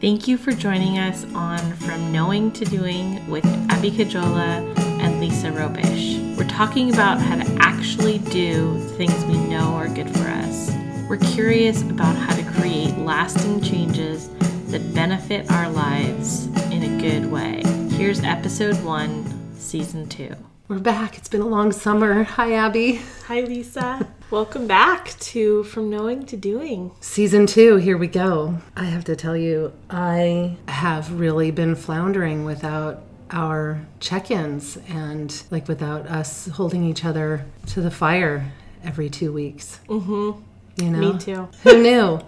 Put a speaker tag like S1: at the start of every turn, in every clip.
S1: Thank you for joining us on From Knowing to Doing with Abby Kajola and Lisa Robish. We're talking about how to actually do things we know are good for us. We're curious about how to create lasting changes that benefit our lives in a good way. Here's episode one, season two.
S2: We're back. It's been a long summer. Hi, Abby.
S1: Hi, Lisa. Welcome back to From Knowing to Doing.
S2: Season two, here we go. I have to tell you, I have really been floundering without our check ins and like without us holding each other to the fire every two weeks. Mm-hmm. You know?
S1: Me too.
S2: Who knew?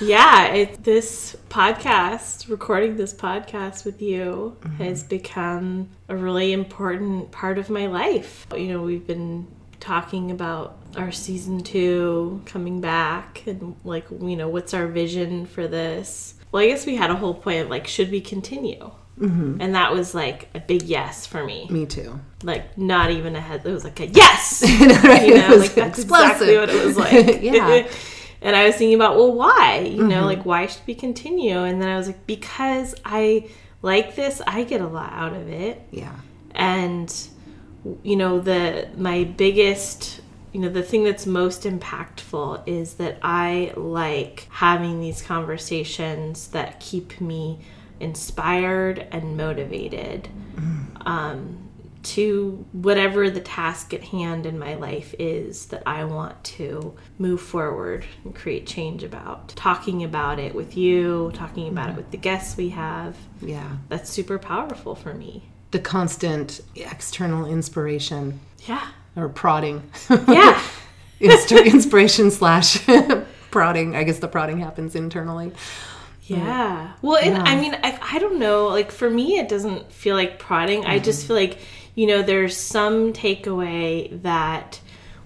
S1: Yeah, it, this podcast, recording this podcast with you, has become a really important part of my life. You know, we've been talking about our season two coming back and, like, you know, what's our vision for this. Well, I guess we had a whole point of, like, should we continue? Mm-hmm. And that was like a big yes for me.
S2: Me too.
S1: Like, not even a head. It was like a yes!
S2: You know, right?
S1: you
S2: It
S1: know,
S2: was
S1: like that's exactly
S2: explosive.
S1: what it was like.
S2: Yeah. Mm-hmm.
S1: and I was thinking about, well, why? You know, like why should we continue? And then I was like, because I like this, I get a lot out of it,
S2: yeah.
S1: and you know, the my biggest. You know, the thing that's most impactful is that I like having these conversations that keep me inspired and motivated um, to whatever the task at hand in my life is that I want to move forward and create change about. Talking about it with you, talking about it with the guests we have,
S2: Yeah.
S1: that's super powerful for me.
S2: The constant external inspiration
S1: Yeah.
S2: or prodding.
S1: Yeah.
S2: Insta- inspiration slash prodding. I guess the prodding happens internally.
S1: Yeah. Well, and I mean, I, I don't know. Like, for me, it doesn't feel like prodding. I just feel like, you know, there's some takeaway that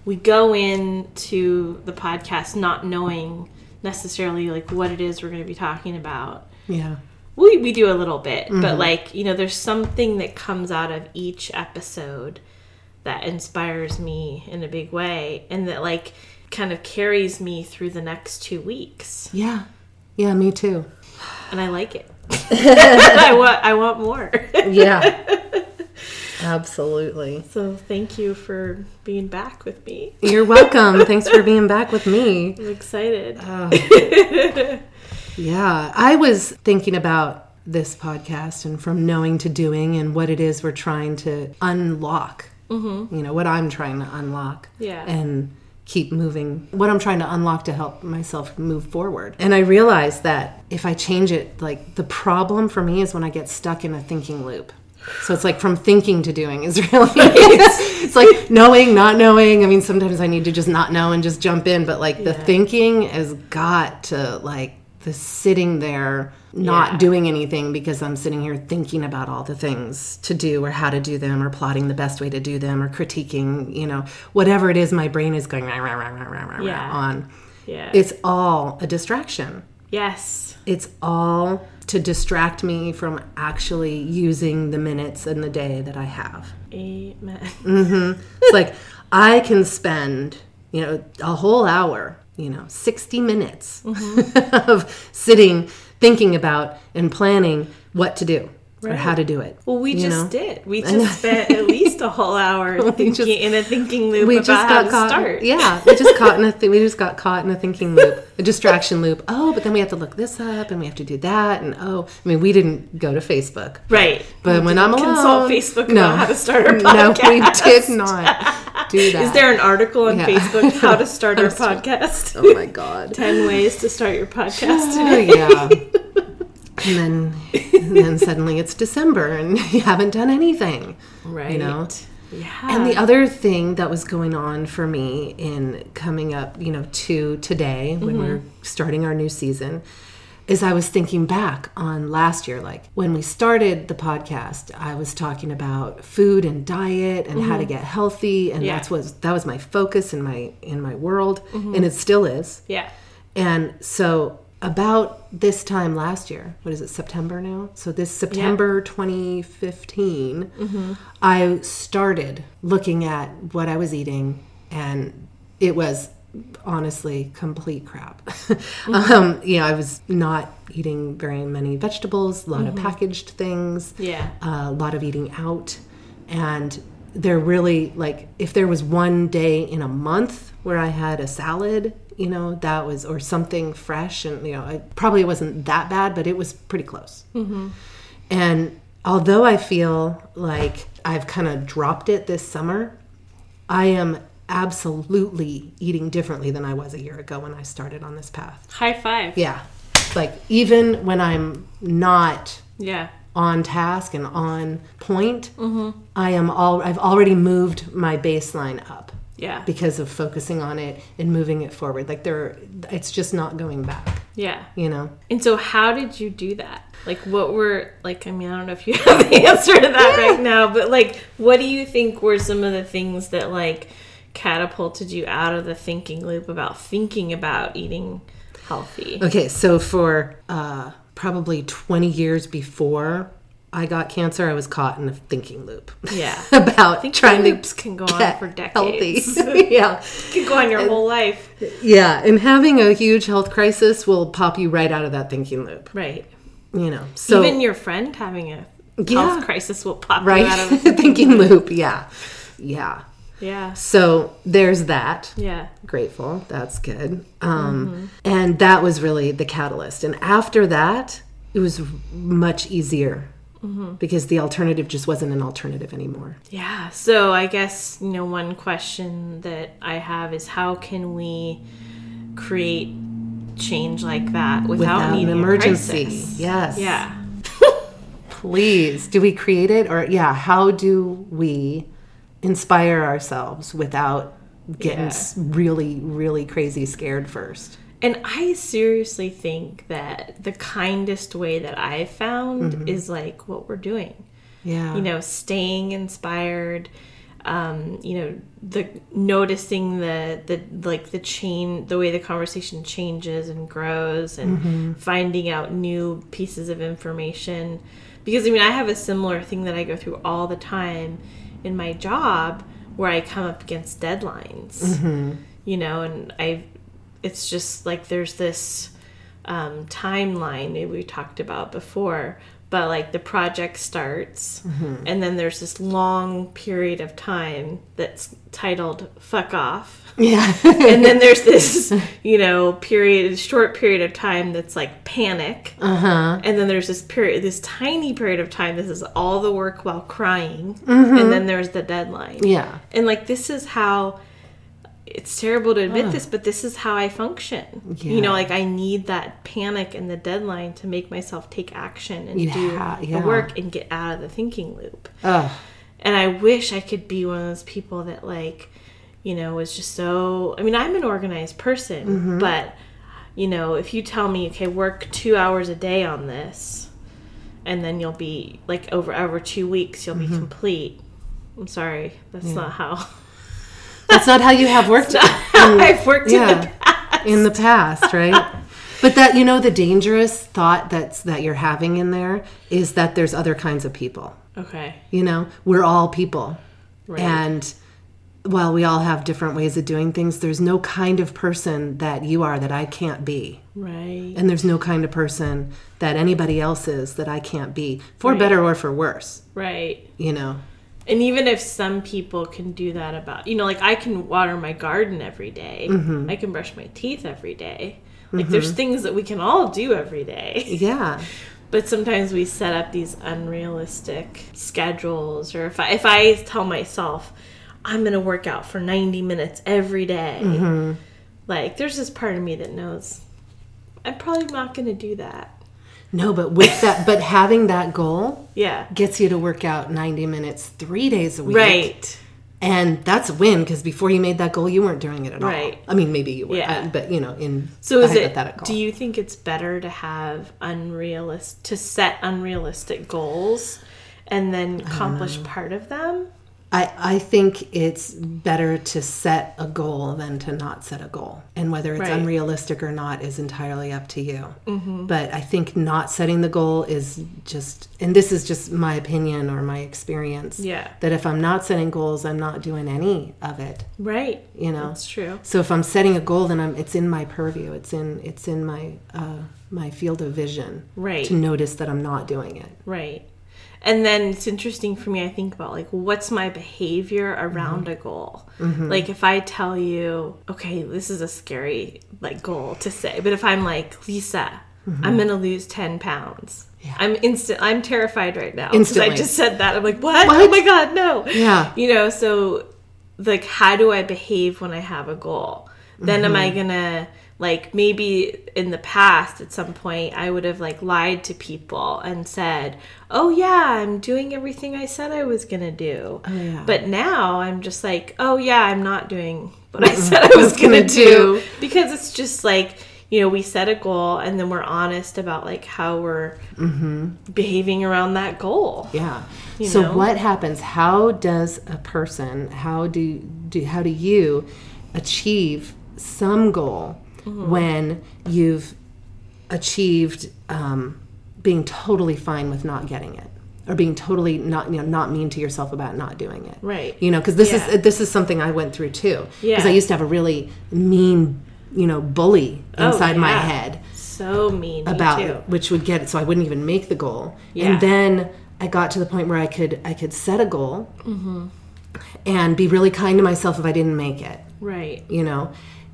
S1: we go into the podcast not knowing necessarily, like, what it is we're going to be talking about.
S2: Yeah.
S1: we, we do a little bit but like you know there's something that comes out of each episode that inspires me in a big way and that like kind of carries me through the next two weeks
S2: Yeah. Yeah, me too.
S1: and i like it I, want, I want more
S2: Yeah. Absolutely.
S1: so thank you for being back with me
S2: You're welcome. Thanks for being back with me.
S1: i'm excited
S2: Uh, Yeah, I was thinking about this podcast and from knowing to doing and what it is we're trying to unlock. Mm-hmm. You know, what I'm trying to unlock.
S1: Yeah.
S2: And keep moving. What I'm trying to unlock to help myself move forward. And I realized that if I change it, like the problem for me is when I get stuck in a thinking loop. So it's like from thinking to doing is really it's like knowing, not knowing. I mean, sometimes I need to just not know and just jump in, but like the
S1: Yeah.
S2: thinking has got to like the sitting there not
S1: Yeah.
S2: doing anything because I'm sitting here thinking about all the things to do or how to do them or plotting the best way to do them or critiquing, you know, whatever it is my brain is going rah, rah, rah, rah, rah, rah,
S1: Yeah.
S2: rah, on.
S1: yeah
S2: It's all a distraction.
S1: yes
S2: It's all to distract me from actually using the minutes in the day that I have.
S1: amen
S2: It's like I can spend, you know, a whole hour, you know, 60 minutes
S1: Mm-hmm.
S2: of sitting thinking about and planning what to do or how to do it.
S1: well we
S2: You
S1: just
S2: know?
S1: did we just spent at least a whole hour thinking
S2: just-
S1: in a thinking loop
S2: we
S1: about
S2: just
S1: how
S2: got
S1: to
S2: caught.
S1: start
S2: Yeah, we just caught in a th- we just got caught in a thinking loop, a distraction loop. Oh, but then we have to look this up and we have to do that and oh, I mean, we didn't go to Facebook.
S1: Right.
S2: But when I'm alone,
S1: consult Facebook
S2: no,
S1: about how to start our
S2: No, we
S1: podcast.
S2: did not do that.
S1: Is there an article on
S2: Yeah.
S1: Facebook how to start our podcast?
S2: Oh my god.
S1: 10 ways to start your podcast
S2: Oh
S1: today.
S2: yeah. and then and then suddenly it's December and you haven't done anything.
S1: Right.
S2: You know.
S1: Yeah.
S2: And the other thing that was going on for me in coming up, you know, to today
S1: Mm-hmm.
S2: when we're starting our new season is I was thinking back on last year like when we started the podcast, I was talking about food and diet and how to get healthy and
S1: Mm-hmm. Yeah. Mm-hmm.
S2: that's what that was my focus in my in my world and it still is.
S1: yeah.
S2: And so about this time last year, what is it, September now? So this September 2015, I started looking at what I was eating and it was honestly complete crap. um, you know, I was not eating very many vegetables, a lot of packaged things,
S1: Yeah.
S2: a lot of eating out. And they're really like, if there was one day in a month where I had a salad, you know, that was, or something fresh, and, you know, it probably wasn't that bad, but it was pretty close. And although I feel like I've kind of dropped it this summer, I am absolutely eating differently than I was a year ago when I started on this path.
S1: High five.
S2: Yeah. Like even when I'm not
S1: Yeah.
S2: on task and on point, I am all I've already moved my baseline up
S1: Yeah.
S2: because of focusing on it and moving it forward. Like there it's just not going back,
S1: Yeah.
S2: you know.
S1: And so, how did you do that? Like, what were, like, I mean, I don't know if you have the answer to that right now, but like, what do you think were some of the things that, like, catapulted you out of the thinking loop about thinking about eating healthy?
S2: Okay, so for uh, probably 20 years before I got cancer, I was caught in a thinking loop
S1: Yeah.
S2: about trying
S1: loops
S2: to
S1: can go on
S2: get
S1: for
S2: healthy.
S1: decades.
S2: yeah,
S1: You could go on your whole life.
S2: yeah, and having a huge health crisis will pop you right out of that thinking loop.
S1: Right.
S2: You know, so
S1: Even your friend having a
S2: Yeah.
S1: health crisis will pop you
S2: right
S1: out of
S2: thinking loop. Yeah, yeah.
S1: Yeah.
S2: So there's that.
S1: Yeah.
S2: grateful. That's good. Um, And that was really the catalyst. And after that, it was much easier because the alternative just wasn't an alternative anymore.
S1: Yeah. So I guess, you know, one question that I have is how can we create change like that without,
S2: Without
S1: needing
S2: an
S1: a
S2: emergency.
S1: crisis?
S2: Yes.
S1: Yeah.
S2: Please, do we create it or, yeah, how do we inspire ourselves without getting
S1: Yeah.
S2: s- really, really crazy scared first?
S1: And I seriously think that the kindest way that I've found
S2: Mm-hmm.
S1: is like what we're doing.
S2: Yeah.
S1: you know staying inspired um, you know the noticing the the like the chain the way the conversation changes and grows and finding out new pieces of information because i mean i have a similar thing that i go through all the time in my job where i come up against deadlines you know and i it's just like there's this um, timeline that we talked about before but like the project starts and then there's this long period of time that's titled fuck off
S2: yeah.
S1: and then there's this you know period short period of time that's like panic uh-huh. and then there's this period this tiny period of time this is all the work while crying and then there's the deadline
S2: yeah.
S1: and like this is how it's terrible to admit this, but this is how I function. You
S2: Yeah.
S1: know, like I need that panic and the deadline to make myself take action and
S2: You
S1: do
S2: ha-
S1: the
S2: yeah.
S1: work and get out of the thinking loop.
S2: Ugh.
S1: And I wish I could be one of those people that like, you know, was just so I mean, I'm an organized person,
S2: Mm-hmm.
S1: but you know, if you tell me, okay, work two hours a day on this and then you'll be like over over two weeks you'll
S2: Mm-hmm.
S1: be complete. I'm sorry, that's not how
S2: That's not how you have worked.
S1: I've worked in the
S2: in the past, right? but that you know the dangerous thought that's that you're having in there is that there's other kinds of people.
S1: Okay.
S2: You know, we're all people.
S1: Right.
S2: And while we all have different ways of doing things, there's no kind of person that you are that I can't be.
S1: Right.
S2: And there's no kind of person that anybody else is that I can't be, for better or for worse,
S1: Right.
S2: you know.
S1: And even if some people can do that about, you know, like I can water my garden every day. I can brush my teeth every day. Like there's things that we can all do every day.
S2: Yeah.
S1: But sometimes we set up these unrealistic schedules or if I if I tell myself I'm going to work out for 90 minutes every day, Like there's this part of me that knows I'm probably not going to do that.
S2: No, but with that but having that goal
S1: Yeah.
S2: gets you to work out 90 minutes 3 days a week.
S1: Right.
S2: And that's a win because before you made that goal, you weren't doing it at
S1: Right.
S2: all. I mean, maybe you were,
S1: Yeah.
S2: uh, but you know, in
S1: So is
S2: a
S1: it?
S2: hypothetical.
S1: Do you think it's better to have
S2: Uh-huh.
S1: unrealist to set unrealistic goals and then accomplish part of them?
S2: I, I think it's better to set a goal than to not set a goal. And whether it's
S1: Right. Mm-hmm.
S2: unrealistic or not is entirely up to you. But I think not setting the goal is just, and this is just my opinion or my experience,
S1: Yeah.
S2: that if I'm not setting goals, I'm not doing any of it,
S1: Right.
S2: you know?
S1: That's true.
S2: So if I'm setting a goal, then I'm, it's in my purview. It's in, it's in my, uh, my field of vision
S1: Right.
S2: to notice that I'm not doing it.
S1: Right. And then it's interesting for me, I think about like, what's my behavior around
S2: Mm-hmm.
S1: a goal? Like, if I tell you, okay, this is a scary like goal to say, but if I'm like, Lisa,
S2: Mm-hmm.
S1: I'm going to lose 10 pounds. I'm instant. I'm terrified right now because I
S2: Instantly.
S1: just said that. I'm like, what? Oh
S2: What?
S1: my god, no!
S2: Yeah.
S1: you know. So, like, how do I behave when I have a goal? Then am I
S2: Mm-hmm.
S1: gonna like maybe in the past at some point I would have like lied to people and said, "Oh yeah, I'm doing everything I said I was gonna do."
S2: Oh, yeah.
S1: But now I'm just like, "Oh yeah, I'm not doing what I said I was gonna
S2: gonna
S1: do,"
S2: do.
S1: because it's just like. You know, we set a goal and then we're honest about like how we're
S2: Mm-hmm.
S1: behaving around that goal.
S2: Yeah. so
S1: know?
S2: what happens? How does a person? How do do? How do you achieve some goal
S1: Mm-hmm.
S2: when you've achieved um, being totally fine with not getting it, or being totally not you know not mean to yourself about not doing it?
S1: Right.
S2: You know, because this
S1: Yeah.
S2: is this is something I went through too.
S1: Yeah.
S2: Because I used to have a really mean you know bully
S1: Oh,
S2: inside my
S1: yeah.
S2: head
S1: So mean. me
S2: about
S1: too.
S2: which would get so I wouldn't even make the goal.
S1: Yeah.
S2: And then I got to the point where I could I could set a goal
S1: Mm-hmm.
S2: and be really kind to myself if I didn't make it,
S1: Right.
S2: you know.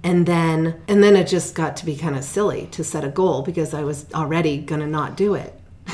S2: And then and then it just got to be kind of silly to set a goal because I was already gonna not do it.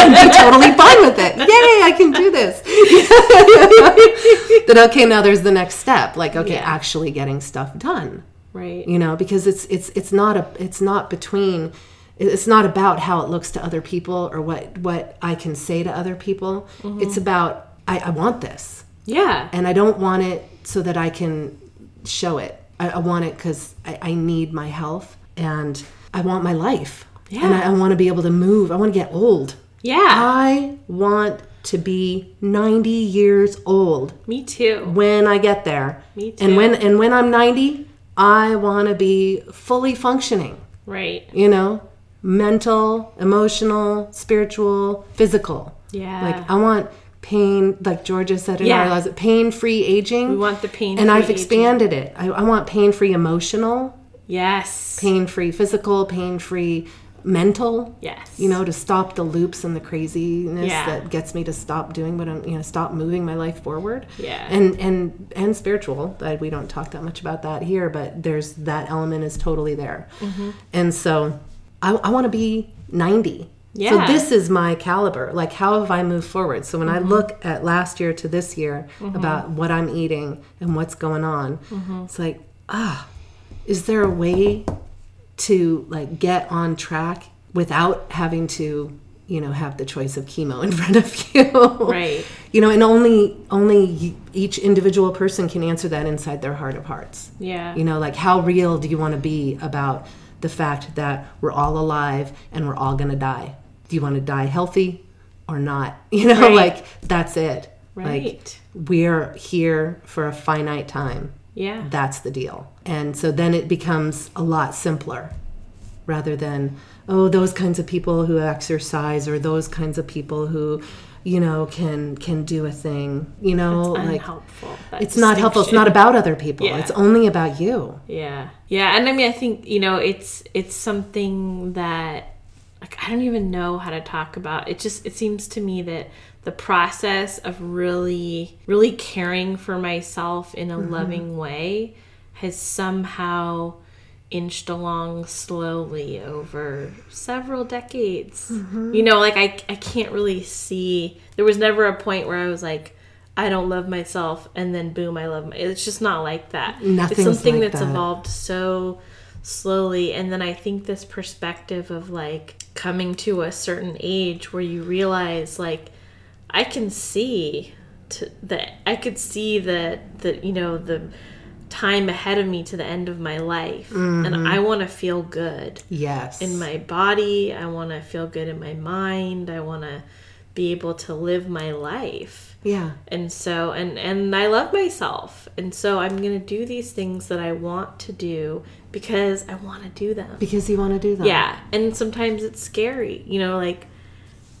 S2: and be totally fine with it. Yay, I can do this. then okay, now there's the next step. Like okay,
S1: Yeah.
S2: actually getting stuff done
S1: Right.
S2: you know because it's it's it's not a it's not between it's not about how it looks to other people or what what i can say to other people it's about I, I want this
S1: Yeah.
S2: and i don't want it so that i can show it i, I want it because I, I need my health and i want my life and
S1: Yeah.
S2: i, I want to be able to move i want to get old
S1: Yeah.
S2: i want to be 90 years old
S1: me too.
S2: when I get there.
S1: Me too.
S2: And when and when I'm 90, I want to be fully functioning,
S1: Right.
S2: you know, mental, emotional, spiritual, physical.
S1: Yeah.
S2: Like I want pain, like Georgia said in
S1: Yeah.
S2: our lives, pain-free aging.
S1: we want the pain.
S2: and I've
S1: free
S2: expanded it. I, I want pain-free emotional,
S1: aging. Yes.
S2: pain-free physical, pain-free mental.
S1: Yes.
S2: You know, to stop the loops and the craziness
S1: Yeah.
S2: that gets me to stop doing what I'm, you know, stop moving my life forward
S1: Yeah.
S2: and and and spiritual that we don't talk that much about that here but there's that element is totally there
S1: Mm-hmm.
S2: and so i, I want to be 90
S1: Yeah.
S2: so this is my caliber like how have i moved forward so when
S1: Mm-hmm.
S2: i look at last year to this year about what i'm eating and what's going on
S1: Mm-hmm.
S2: it's like ah is there a way to like get on track without having to you know have the choice of chemo in front of you
S1: Right.
S2: you know and only only each individual person can answer that inside their heart of hearts
S1: yeah.
S2: you know like how real do you want to be about the fact that we're all alive and we're all going to die do you want to die healthy or not you know
S1: Right.
S2: like that's it like
S1: right.
S2: we're here for a finite time
S1: yeah.
S2: that's the deal. And so then it becomes a lot simpler rather than, oh, those kinds of people who exercise or those kinds of people who, you know, can can do a thing. You know, like
S1: Unhelpful. that
S2: it's not helpful. It's
S1: distinction.
S2: not about other people.
S1: Yeah.
S2: It's only about you.
S1: Yeah. Yeah, and I mean I think, you know, it's it's something that like I don't even know how to talk about. It just it seems to me that the process of really really caring for myself in a loving way has somehow inched along slowly over several decades. You know, like I I can't really see there was never a point where I was like I don't love myself and then boom I love my it's just not like that. it's
S2: Nothing's
S1: something
S2: like
S1: that's
S2: that.
S1: evolved so slowly and then I think this perspective of like coming to a certain age where you realize like I can see to that I could see the the you know the time ahead of me to the end of my life
S2: Mm-hmm.
S1: and I want to feel good
S2: Yes.
S1: in my body. I want to feel good in my mind. I want to be able to live my life.
S2: Yeah.
S1: And so and and I love myself. And so I'm going to do these things that I want to do because I want to do them.
S2: Because you want to do that.
S1: Yeah, and sometimes it's scary. You know, like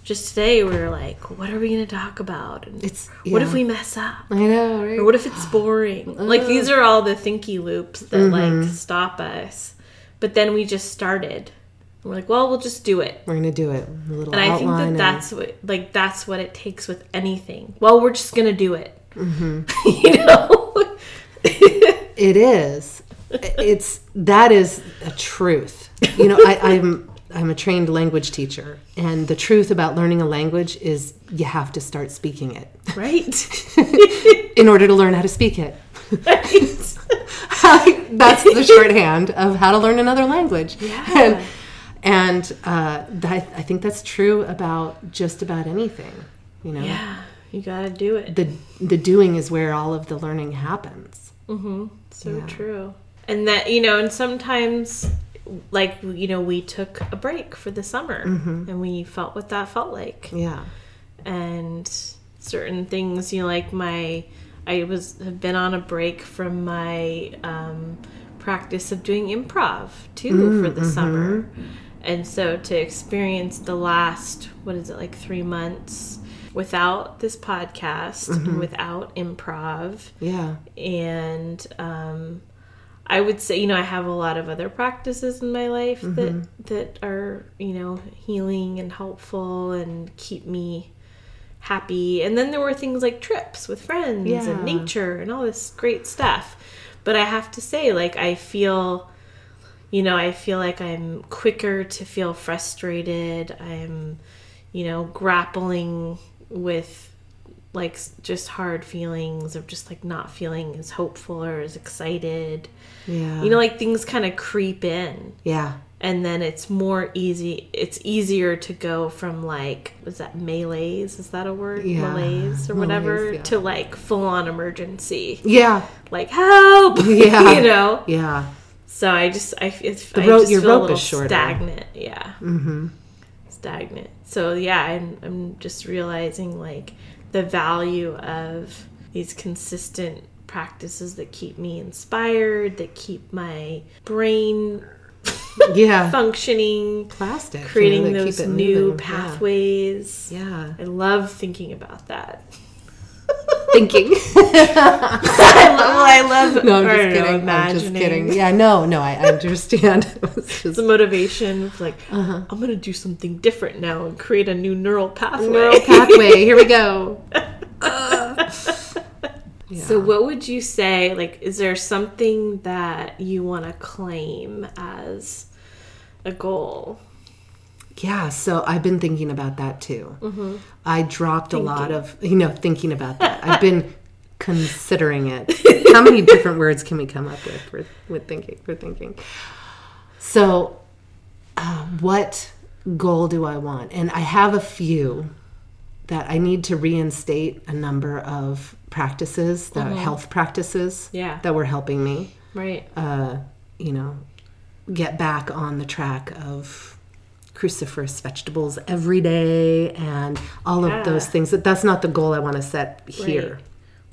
S1: just today we were like, what are we going to talk about? And
S2: It's-
S1: what
S2: yeah.
S1: if we mess up?
S2: I know, right?
S1: Or what if it's boring? like these are all the thinky loops that
S2: Mm-hmm.
S1: like stop us. But then we just started. We're like, well, we'll just do it.
S2: We're going to do it. A little
S1: And I think
S2: outline
S1: that
S2: and-
S1: that's what like that's what it takes with anything. Well, we're just gonna do it. you know.
S2: It is. It's that is a truth. You know, I, I'm I'm a trained language teacher, and the truth about learning a language is you have to start speaking it
S1: right.
S2: in order to learn how to speak it.
S1: right.
S2: That's the shorthand of how to learn another language.
S1: Yeah.
S2: And, and uh, that, I think that's true about just about anything. You know,
S1: Yeah. You gotta do it.
S2: the the doing is where all of the learning happens.
S1: So true. And that, you know, and sometimes, like, you know, we took a break for the summer and we felt what that felt like.
S2: Yeah.
S1: And certain things, you know, like my, I was, have been on a break from my um, practice of doing improv too for the summer. And so to experience the last, what is it, like three months without this podcast, and without improv,
S2: Yeah.
S1: and um, I would say you know I have a lot of other practices in my life that that are you know healing and helpful and keep me happy. And then there were things like trips with friends
S2: Yeah.
S1: and nature and all this great stuff. But I have to say, like I feel. You know, I feel like I'm quicker to feel frustrated. I'm, you know, grappling with like s- just hard feelings of just like not feeling as hopeful or as excited.
S2: Yeah.
S1: You know, like things kind of creep in,
S2: Yeah.
S1: and then it's more easy. It's easier to go from like was that malaise? Is that a word?
S2: Yeah.
S1: Malaise or whatever
S2: Malaise, yeah.
S1: to like full on emergency,
S2: Yeah.
S1: like help.
S2: Yeah.
S1: you know.
S2: Yeah.
S1: So I just I it's the
S2: rope-
S1: I just
S2: your
S1: feel
S2: rope
S1: a little
S2: is shorter.
S1: stagnant. Yeah. Mm-hmm. Stagnant. So yeah, I'm I'm just realizing like the value of these consistent practices that keep me inspired, that keep my brain
S2: Yeah.
S1: functioning,
S2: plastic, you know,
S1: creating
S2: that keep
S1: those
S2: it
S1: new
S2: moving. Yeah.
S1: pathways.
S2: Yeah,
S1: I love thinking about that.
S2: thinking.
S1: I love. I love.
S2: No, I'm
S1: or, I
S2: just
S1: don't know,
S2: kidding. I'm just
S1: imagining.
S2: kidding. Yeah, no, no, I I understand. It was just
S1: It's a motivation of like, I'm gonna do something different now and create a new neural pathway.
S2: neural pathway. Here we go.
S1: So, what would you say? Like, is there something that you want to claim as a goal?
S2: Yeah, so I've been thinking about that too. I dropped a lot of, Mm-hmm. you know, thinking about that. I've been considering it. How many different words can we come up with? We're, we're thinking, we're thinking. So, uh, what goal do I want? And I have a few that I need to reinstate a number of practices, the health practices
S1: Yeah.
S2: that were helping me
S1: Right.
S2: uh, you know, get back on the track of cruciferous vegetables every day and all of those
S1: Yeah.
S2: things. That that's not the goal I want to set here.
S1: Right.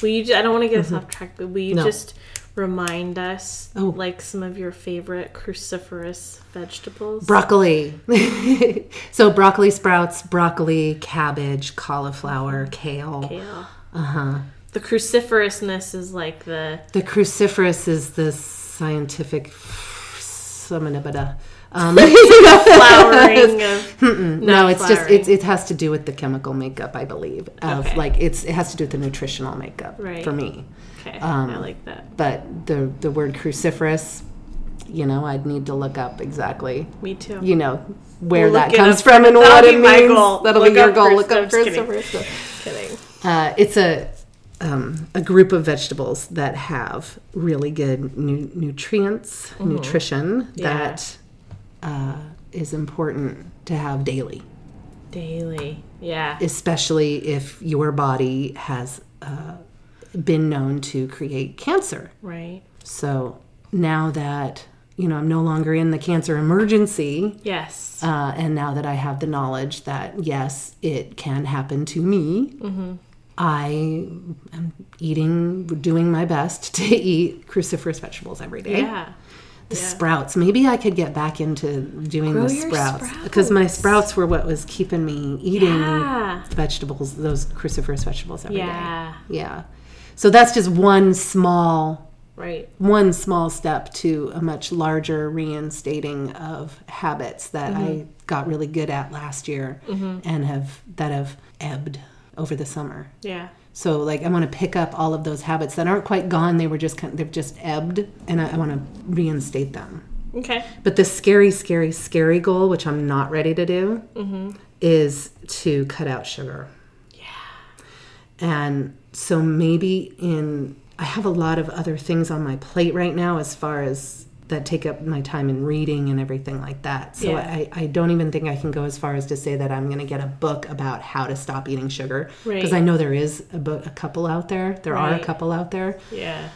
S1: Will you? ju- I don't want to get us off track, but will you
S2: No.
S1: just remind us,
S2: Oh.
S1: like, some of your favorite cruciferous vegetables?
S2: Broccoli. so broccoli sprouts, broccoli, cabbage, cauliflower, kale.
S1: Mm-hmm.
S2: Uh-huh.
S1: Kale. Uh huh. The cruciferousness is like the
S2: The cruciferous is the scientific summon um,
S1: flowering of.
S2: no, it's just
S1: flowering.
S2: it's, it has to do with the chemical makeup, I believe. Of
S1: Okay.
S2: like it's it has to do with the nutritional makeup
S1: Right.
S2: for me.
S1: Okay, I
S2: Um,
S1: like that.
S2: but the the word cruciferous you know i'd need to look up exactly
S1: Me too.
S2: you know where
S1: We'll look
S2: that
S1: it
S2: comes
S1: up.
S2: from and
S1: That'll
S2: what it
S1: be my
S2: means
S1: goal.
S2: that'll
S1: Look
S2: be your
S1: up
S2: goal
S1: cruc-
S2: look up
S1: I'm just kidding.
S2: cruciferous
S1: Kidding.
S2: uh, it's a um, a group of vegetables that have really good nu- nutrients nutrition
S1: Mm-hmm. Yeah.
S2: that uh, is important to have daily
S1: Daily. Yeah.
S2: especially if your body has uh, been known to create cancer
S1: Right.
S2: So now that you know, I'm no longer in the cancer emergency.
S1: Yes.
S2: Uh, and now that I have the knowledge that, yes, it can happen to me,
S1: Mm-hmm.
S2: I am eating, doing my best to eat cruciferous vegetables every day.
S1: Yeah.
S2: The sprouts. Maybe I could get back into doing
S1: Grow
S2: the
S1: your
S2: sprouts because my sprouts were what was keeping me eating
S1: Yeah.
S2: vegetables, those cruciferous vegetables every day.
S1: Yeah.
S2: Yeah. So that's just one small
S1: Right.
S2: one small step to a much larger reinstating of habits that I got really good at last year and have that have ebbed over the summer.
S1: Yeah.
S2: So like I want to pick up all of those habits that aren't quite gone. They were just kind they've just ebbed, and I, I want to reinstate them.
S1: Okay.
S2: But the scary, scary, scary goal, which I'm not ready to do,
S1: Mm-hmm.
S2: is to cut out sugar. Yeah. And so maybe in, I have a lot of other things on my plate right now as far as that take up my time in reading and everything like that. So
S1: Yeah.
S2: I, I don't even think I can go as far as to say that I'm going to get a book about how to stop eating sugar. Because
S1: Right.
S2: I know there is a, book, a couple out there. There are
S1: Right.
S2: a couple out there
S1: Yeah.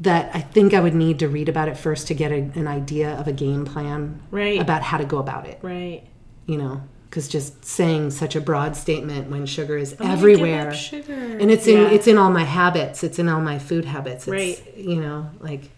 S2: that I think I would need to read about it first to get a, an idea of a game plan
S1: Right.
S2: about how to go about it,
S1: right.
S2: you know? Because just saying such a broad statement when sugar is
S1: I'm gonna Oh, give
S2: everywhere,
S1: up Sugar.
S2: and it's in
S1: Yeah.
S2: it's in all my habits, it's in all my food habits, it's,
S1: Right.
S2: You know, like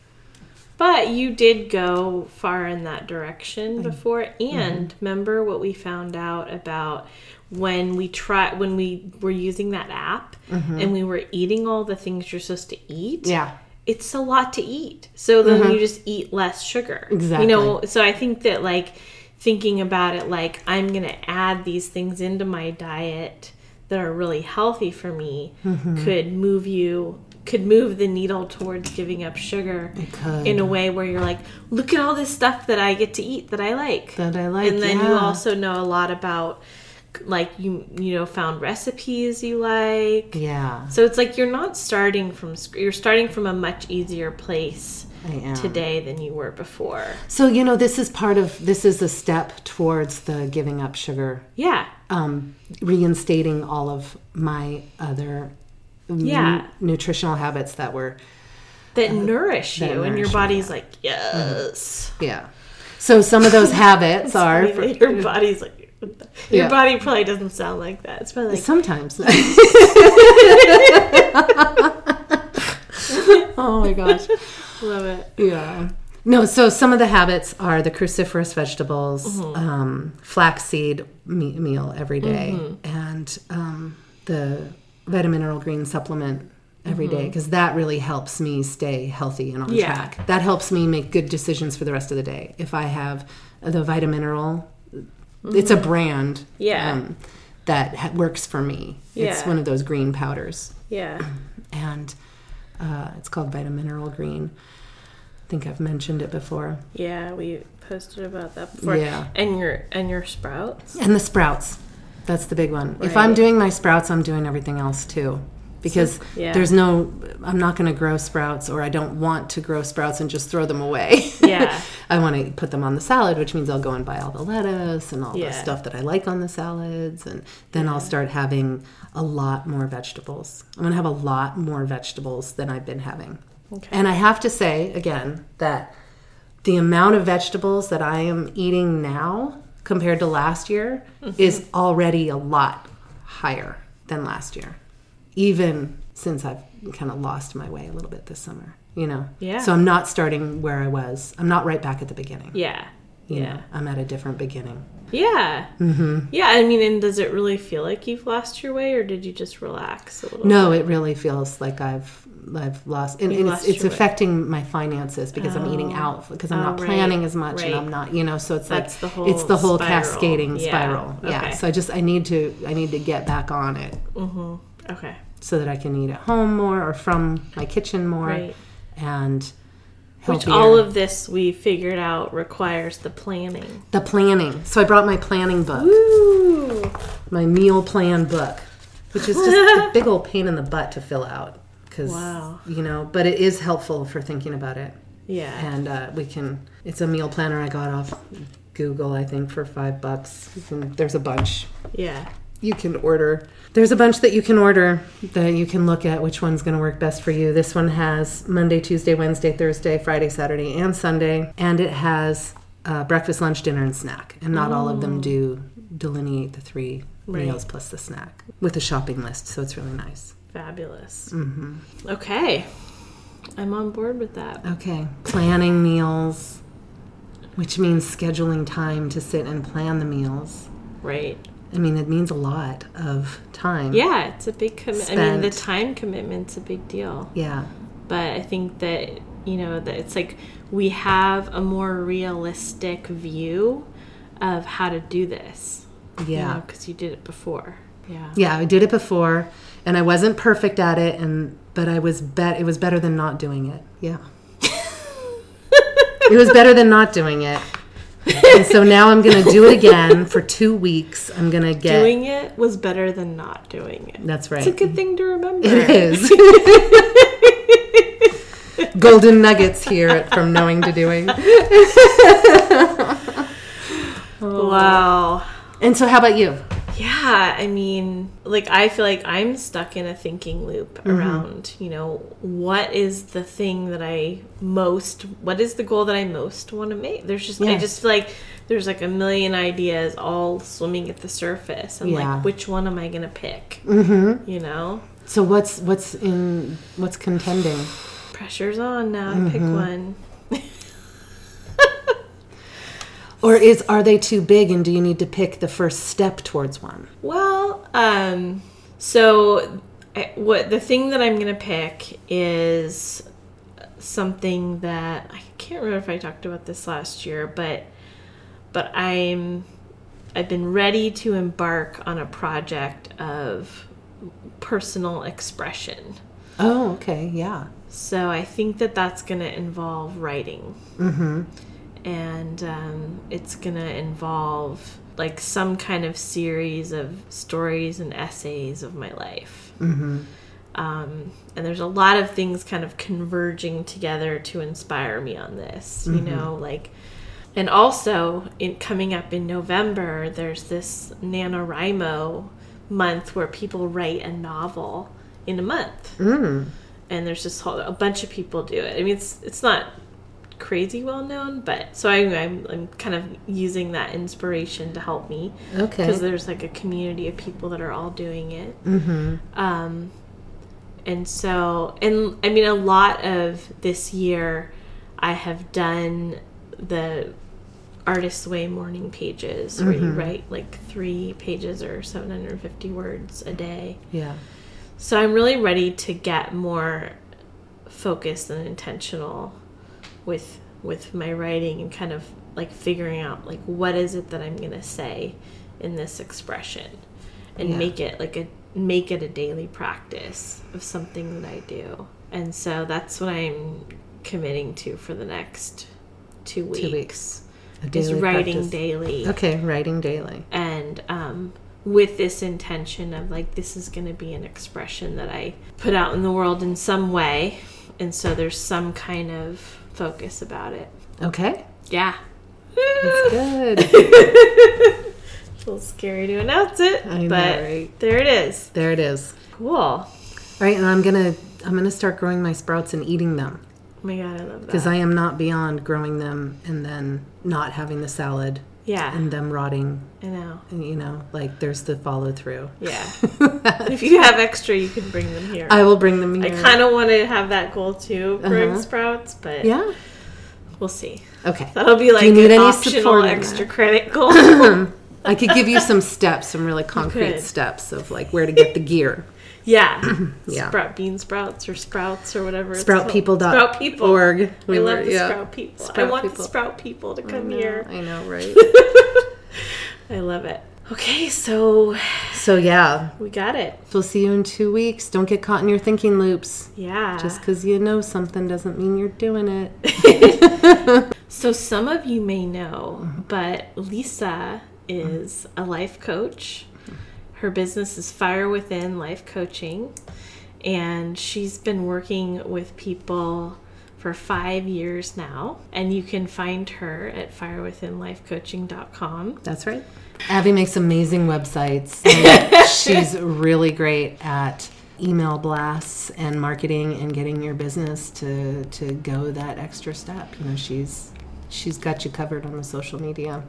S1: But you did go far in that
S2: Mm-hmm.
S1: direction before, and remember what we found out about when we try when we were using that app
S2: Mm-hmm.
S1: and we were eating all the things you're supposed to eat.
S2: yeah, Mm-hmm.
S1: it's a lot to eat. So then you just eat less sugar.
S2: Exactly.
S1: You know, so I think that like thinking about it like I'm going to add these things into my diet that are really healthy for me
S2: Mm-hmm.
S1: could move you could move the needle towards giving up sugar
S2: could.
S1: in a way where you're like look at all this stuff that I get to eat that I like.
S2: that I like.
S1: and then you
S2: yeah.
S1: also know a lot about like you you know found recipes you like
S2: yeah,
S1: so it's like you're not starting from sc- you're starting from a much easier place
S2: I am.
S1: today than you were before.
S2: So you know, this is part of this is a step towards the giving up sugar,
S1: Yeah.
S2: um, reinstating all of my other nu-
S1: Yeah.
S2: nutritional habits that were
S1: That nourish Mm-hmm. you
S2: that
S1: and your
S2: nourish you,
S1: body's like, "Yes."
S2: Yeah. So some of those habits are
S1: And your body's like your
S2: Yeah.
S1: body probably doesn't sound like that. It's probably like,
S2: sometimes. oh my gosh.
S1: "Love it."
S2: Yeah. No, so some of the habits are the cruciferous vegetables,
S1: Mm-hmm.
S2: um, flaxseed me- meal every day,
S1: Mm-hmm.
S2: and um, the vitamin mineral green supplement every day because that really helps me stay healthy and on
S1: Mm-hmm. Yeah.
S2: track. That helps me make good decisions for the rest of the day. If I have the vitamin mineral, it's a brand
S1: Mm-hmm.
S2: um,
S1: Yeah.
S2: that ha- works for me. It's
S1: Yeah.
S2: one of those green powders
S1: Yeah.
S2: and uh, it's called Vitamineral Green. I think I've mentioned it before.
S1: Yeah, we posted about that before.
S2: Yeah.
S1: And your and your sprouts.
S2: And the sprouts. That's the big one. If I'm
S1: Right.
S2: doing my sprouts, I'm doing everything else too. Because
S1: yeah.
S2: there's no, I'm not going to grow sprouts or I don't want to grow sprouts and just throw them away.
S1: Yeah.
S2: I want to put them on the salad, which means I'll go and buy all the lettuce and all the
S1: Yeah.
S2: stuff that I like on the salads. And then I'll start having a lot more vegetables. I'm going to have a lot more vegetables than I've been having.
S1: Okay.
S2: And I have to say again that the amount of vegetables that I am eating now compared to last year
S1: Mm-hmm.
S2: is already a lot higher than last year, even since I've kind of lost my way a little bit this summer, you know?
S1: Yeah.
S2: So I'm not starting where I was. I'm not right back at the beginning.
S1: yeah.
S2: you
S1: Yeah.
S2: know? I'm at a different beginning.
S1: Mm. Yeah. Mm-hmm. Yeah. I mean, and does it really feel like you've lost your way, or did you just relax a little?
S2: No, it really feels like I've I've lost, and
S1: You
S2: it's,
S1: lost
S2: it's
S1: your way.
S2: affecting my finances because I'm eating out because I'm
S1: Oh,
S2: not
S1: right,
S2: planning as much, and
S1: right.
S2: I'm not, you know. So it's
S1: That's
S2: like
S1: the
S2: it's
S1: whole
S2: the whole
S1: spiral.
S2: cascading
S1: Yeah,
S2: spiral. Yeah.
S1: okay.
S2: So I just I need to I need to get back on it
S1: Okay.
S2: so that I can eat at home more or from my kitchen more,
S1: Right.
S2: and
S1: Which
S2: healthier.
S1: all of this we figured out requires the planning.
S2: the planning. So I brought my planning book,
S1: Ooh.
S2: my meal plan book, which is just a big old pain in the butt to fill out because
S1: Wow.
S2: you know, but it is helpful for thinking about it.
S1: Yeah.
S2: and uh, we can it's a meal planner i got off google i think for five bucks You can- there's a bunch
S1: Yeah.
S2: you can order. There's a bunch that you can order that you can look at which one's going to work best for you. This one has Monday, Tuesday, Wednesday, Thursday, Friday, Saturday, and Sunday, and it has uh, breakfast, lunch, dinner, and snack. And not all of them do delineate the three
S1: Right.
S2: meals plus the snack with a shopping list, so it's really nice.
S1: Fabulous. Okay. I'm on board with that.
S2: Okay, planning meals, which means scheduling time to sit and plan the meals.
S1: Right.
S2: I mean, it means a lot of time.
S1: Yeah, it's a big commitment. I mean, the
S2: Spent.
S1: time commitment's a big deal.
S2: Yeah.
S1: But I think that, you know, that it's like we have a more realistic view of how to do this.
S2: Yeah.
S1: Because you, did it before. Yeah.
S2: Yeah, I did it before and I wasn't perfect at it and but I was bet it was better than not doing it. Yeah. it was better than not doing it. And so now I'm going to do it again for 2 weeks. I'm going to get
S1: Doing it was better than not doing it.
S2: That's
S1: It's
S2: right.
S1: a good thing to remember.
S2: It is. Golden nuggets here at from knowing to doing.
S1: Wow.
S2: And so how about you?
S1: Yeah, I mean, like I feel like I'm stuck in a thinking loop
S2: Mm-hmm.
S1: around, you know, what is the thing that I most what is the goal that I most want to make? There's just I
S2: Yeah.
S1: just feel like there's like a million ideas all swimming at the surface and
S2: Yeah. Mm-hmm.
S1: like which one am I going to pick? You know?
S2: So what's what's in what's contending?
S1: Pressure's on now. Pick
S2: Mm-hmm.
S1: one.
S2: Or is are they too big and do you need to pick the first step towards one?
S1: Well, um, so I, what the thing that I'm gonna pick is something that I can't remember if I talked about this last year, but but I'm I've been ready to embark on a project of personal expression.
S2: Oh, okay. Yeah.
S1: So I think that that's going to involve writing. Mm-hmm. And um, it's going to involve like some kind of series of stories and essays of my life. Mm-hmm. Um, and there's a lot of things kind of converging together to inspire me on this, you know, like. And also, in coming up in November, there's this NaNoWriMo month where people write a novel in a month
S2: Mm,
S1: and there's just whole, a bunch of people do it. I mean, it's it's not crazy well known, but so I, I'm I'm kind of using that inspiration to help me
S2: Okay.
S1: because there's like a community of people that are all doing it. Um, and so, and I mean, a lot of this year, I have done the artist's way morning pages where you write like three pages or 750 words a day
S2: Yeah.
S1: so I'm really ready to get more focused and intentional with with my writing and kind of like figuring out like what is it that I'm gonna say in this expression and
S2: Yeah.
S1: make it like a make it a daily practice of something that I do. And so that's what I'm committing to for the next two weeks.
S2: Two A
S1: Is
S2: daily
S1: writing
S2: practice.
S1: daily
S2: Okay, writing daily.
S1: and um, with this intention of like this is going to be an expression that i put out in the world in some way and so there's some kind of focus about it
S2: Okay.
S1: yeah
S2: That's good.
S1: a little scary to announce it
S2: I know,
S1: but
S2: right?
S1: there it is
S2: there it is.
S1: cool oh
S2: All right, and I'm gonna I'm gonna start growing my sprouts and eating them
S1: my god i love
S2: because
S1: that
S2: I am not beyond growing them and then not having the salad
S1: yeah
S2: and them rotting.
S1: i know
S2: And, you know, like there's the follow through.
S1: yeah if you have extra you can bring them here
S2: I will bring them
S1: I
S2: here.
S1: kind of want to have that goal too for
S2: Uh-huh.
S1: sprouts, but
S2: yeah.
S1: we'll see.
S2: Okay.
S1: That'll be like
S2: need
S1: an
S2: any
S1: optional
S2: support in
S1: extra
S2: that?
S1: credit goal.
S2: I could give you some steps, some really concrete
S1: could.
S2: steps of like where to get the gear.
S1: Yeah.
S2: Yeah.
S1: Sprout bean sprouts or sprouts or whatever. it's called.
S2: Sproutpeople.org.
S1: Sprout people.
S2: We
S1: I
S2: were-
S1: love the
S2: yeah.
S1: sprout people.
S2: Sprout
S1: I want
S2: people.
S1: the sprout people to come
S2: Yeah,
S1: here.
S2: I know, right?
S1: I love it. Okay, so
S2: so yeah,
S1: we got it.
S2: we'll see you in two weeks. Don't get caught in your thinking loops.
S1: Yeah.
S2: Just because you know something doesn't mean you're doing it.
S1: so some of you may know, but Lisa is a life coach. Her business is Fire Within Life Coaching, and she's been working with people for five years now. And you can find her at firewithinlifecoaching.com.
S2: That's right. Abby makes amazing websites. and she's really great at email blasts and marketing and getting your business to to go that extra step. You know, she's she's got you covered on the social media,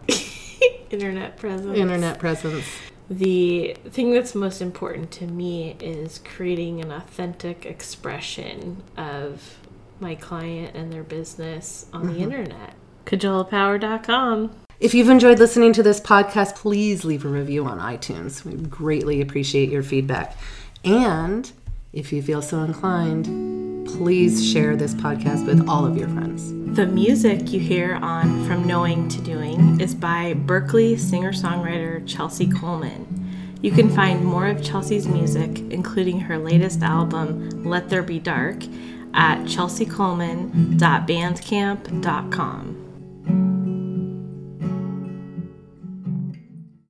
S1: Internet presence.
S2: internet presence.
S1: The thing that's most important to me is creating an authentic expression of my client and their business on the internet. Cajolapower.com.
S2: If you've enjoyed listening to this podcast, please leave a review on iTunes. We greatly appreciate your feedback. And if you feel so inclined, please share this podcast with all of your friends.
S1: The music you hear on From Knowing to Doing is by Berkeley singer songwriter Chelsea Coleman. You can find more of Chelsea's music, including her latest album, Let There Be Dark, at chelseacoleman.bandcamp.com.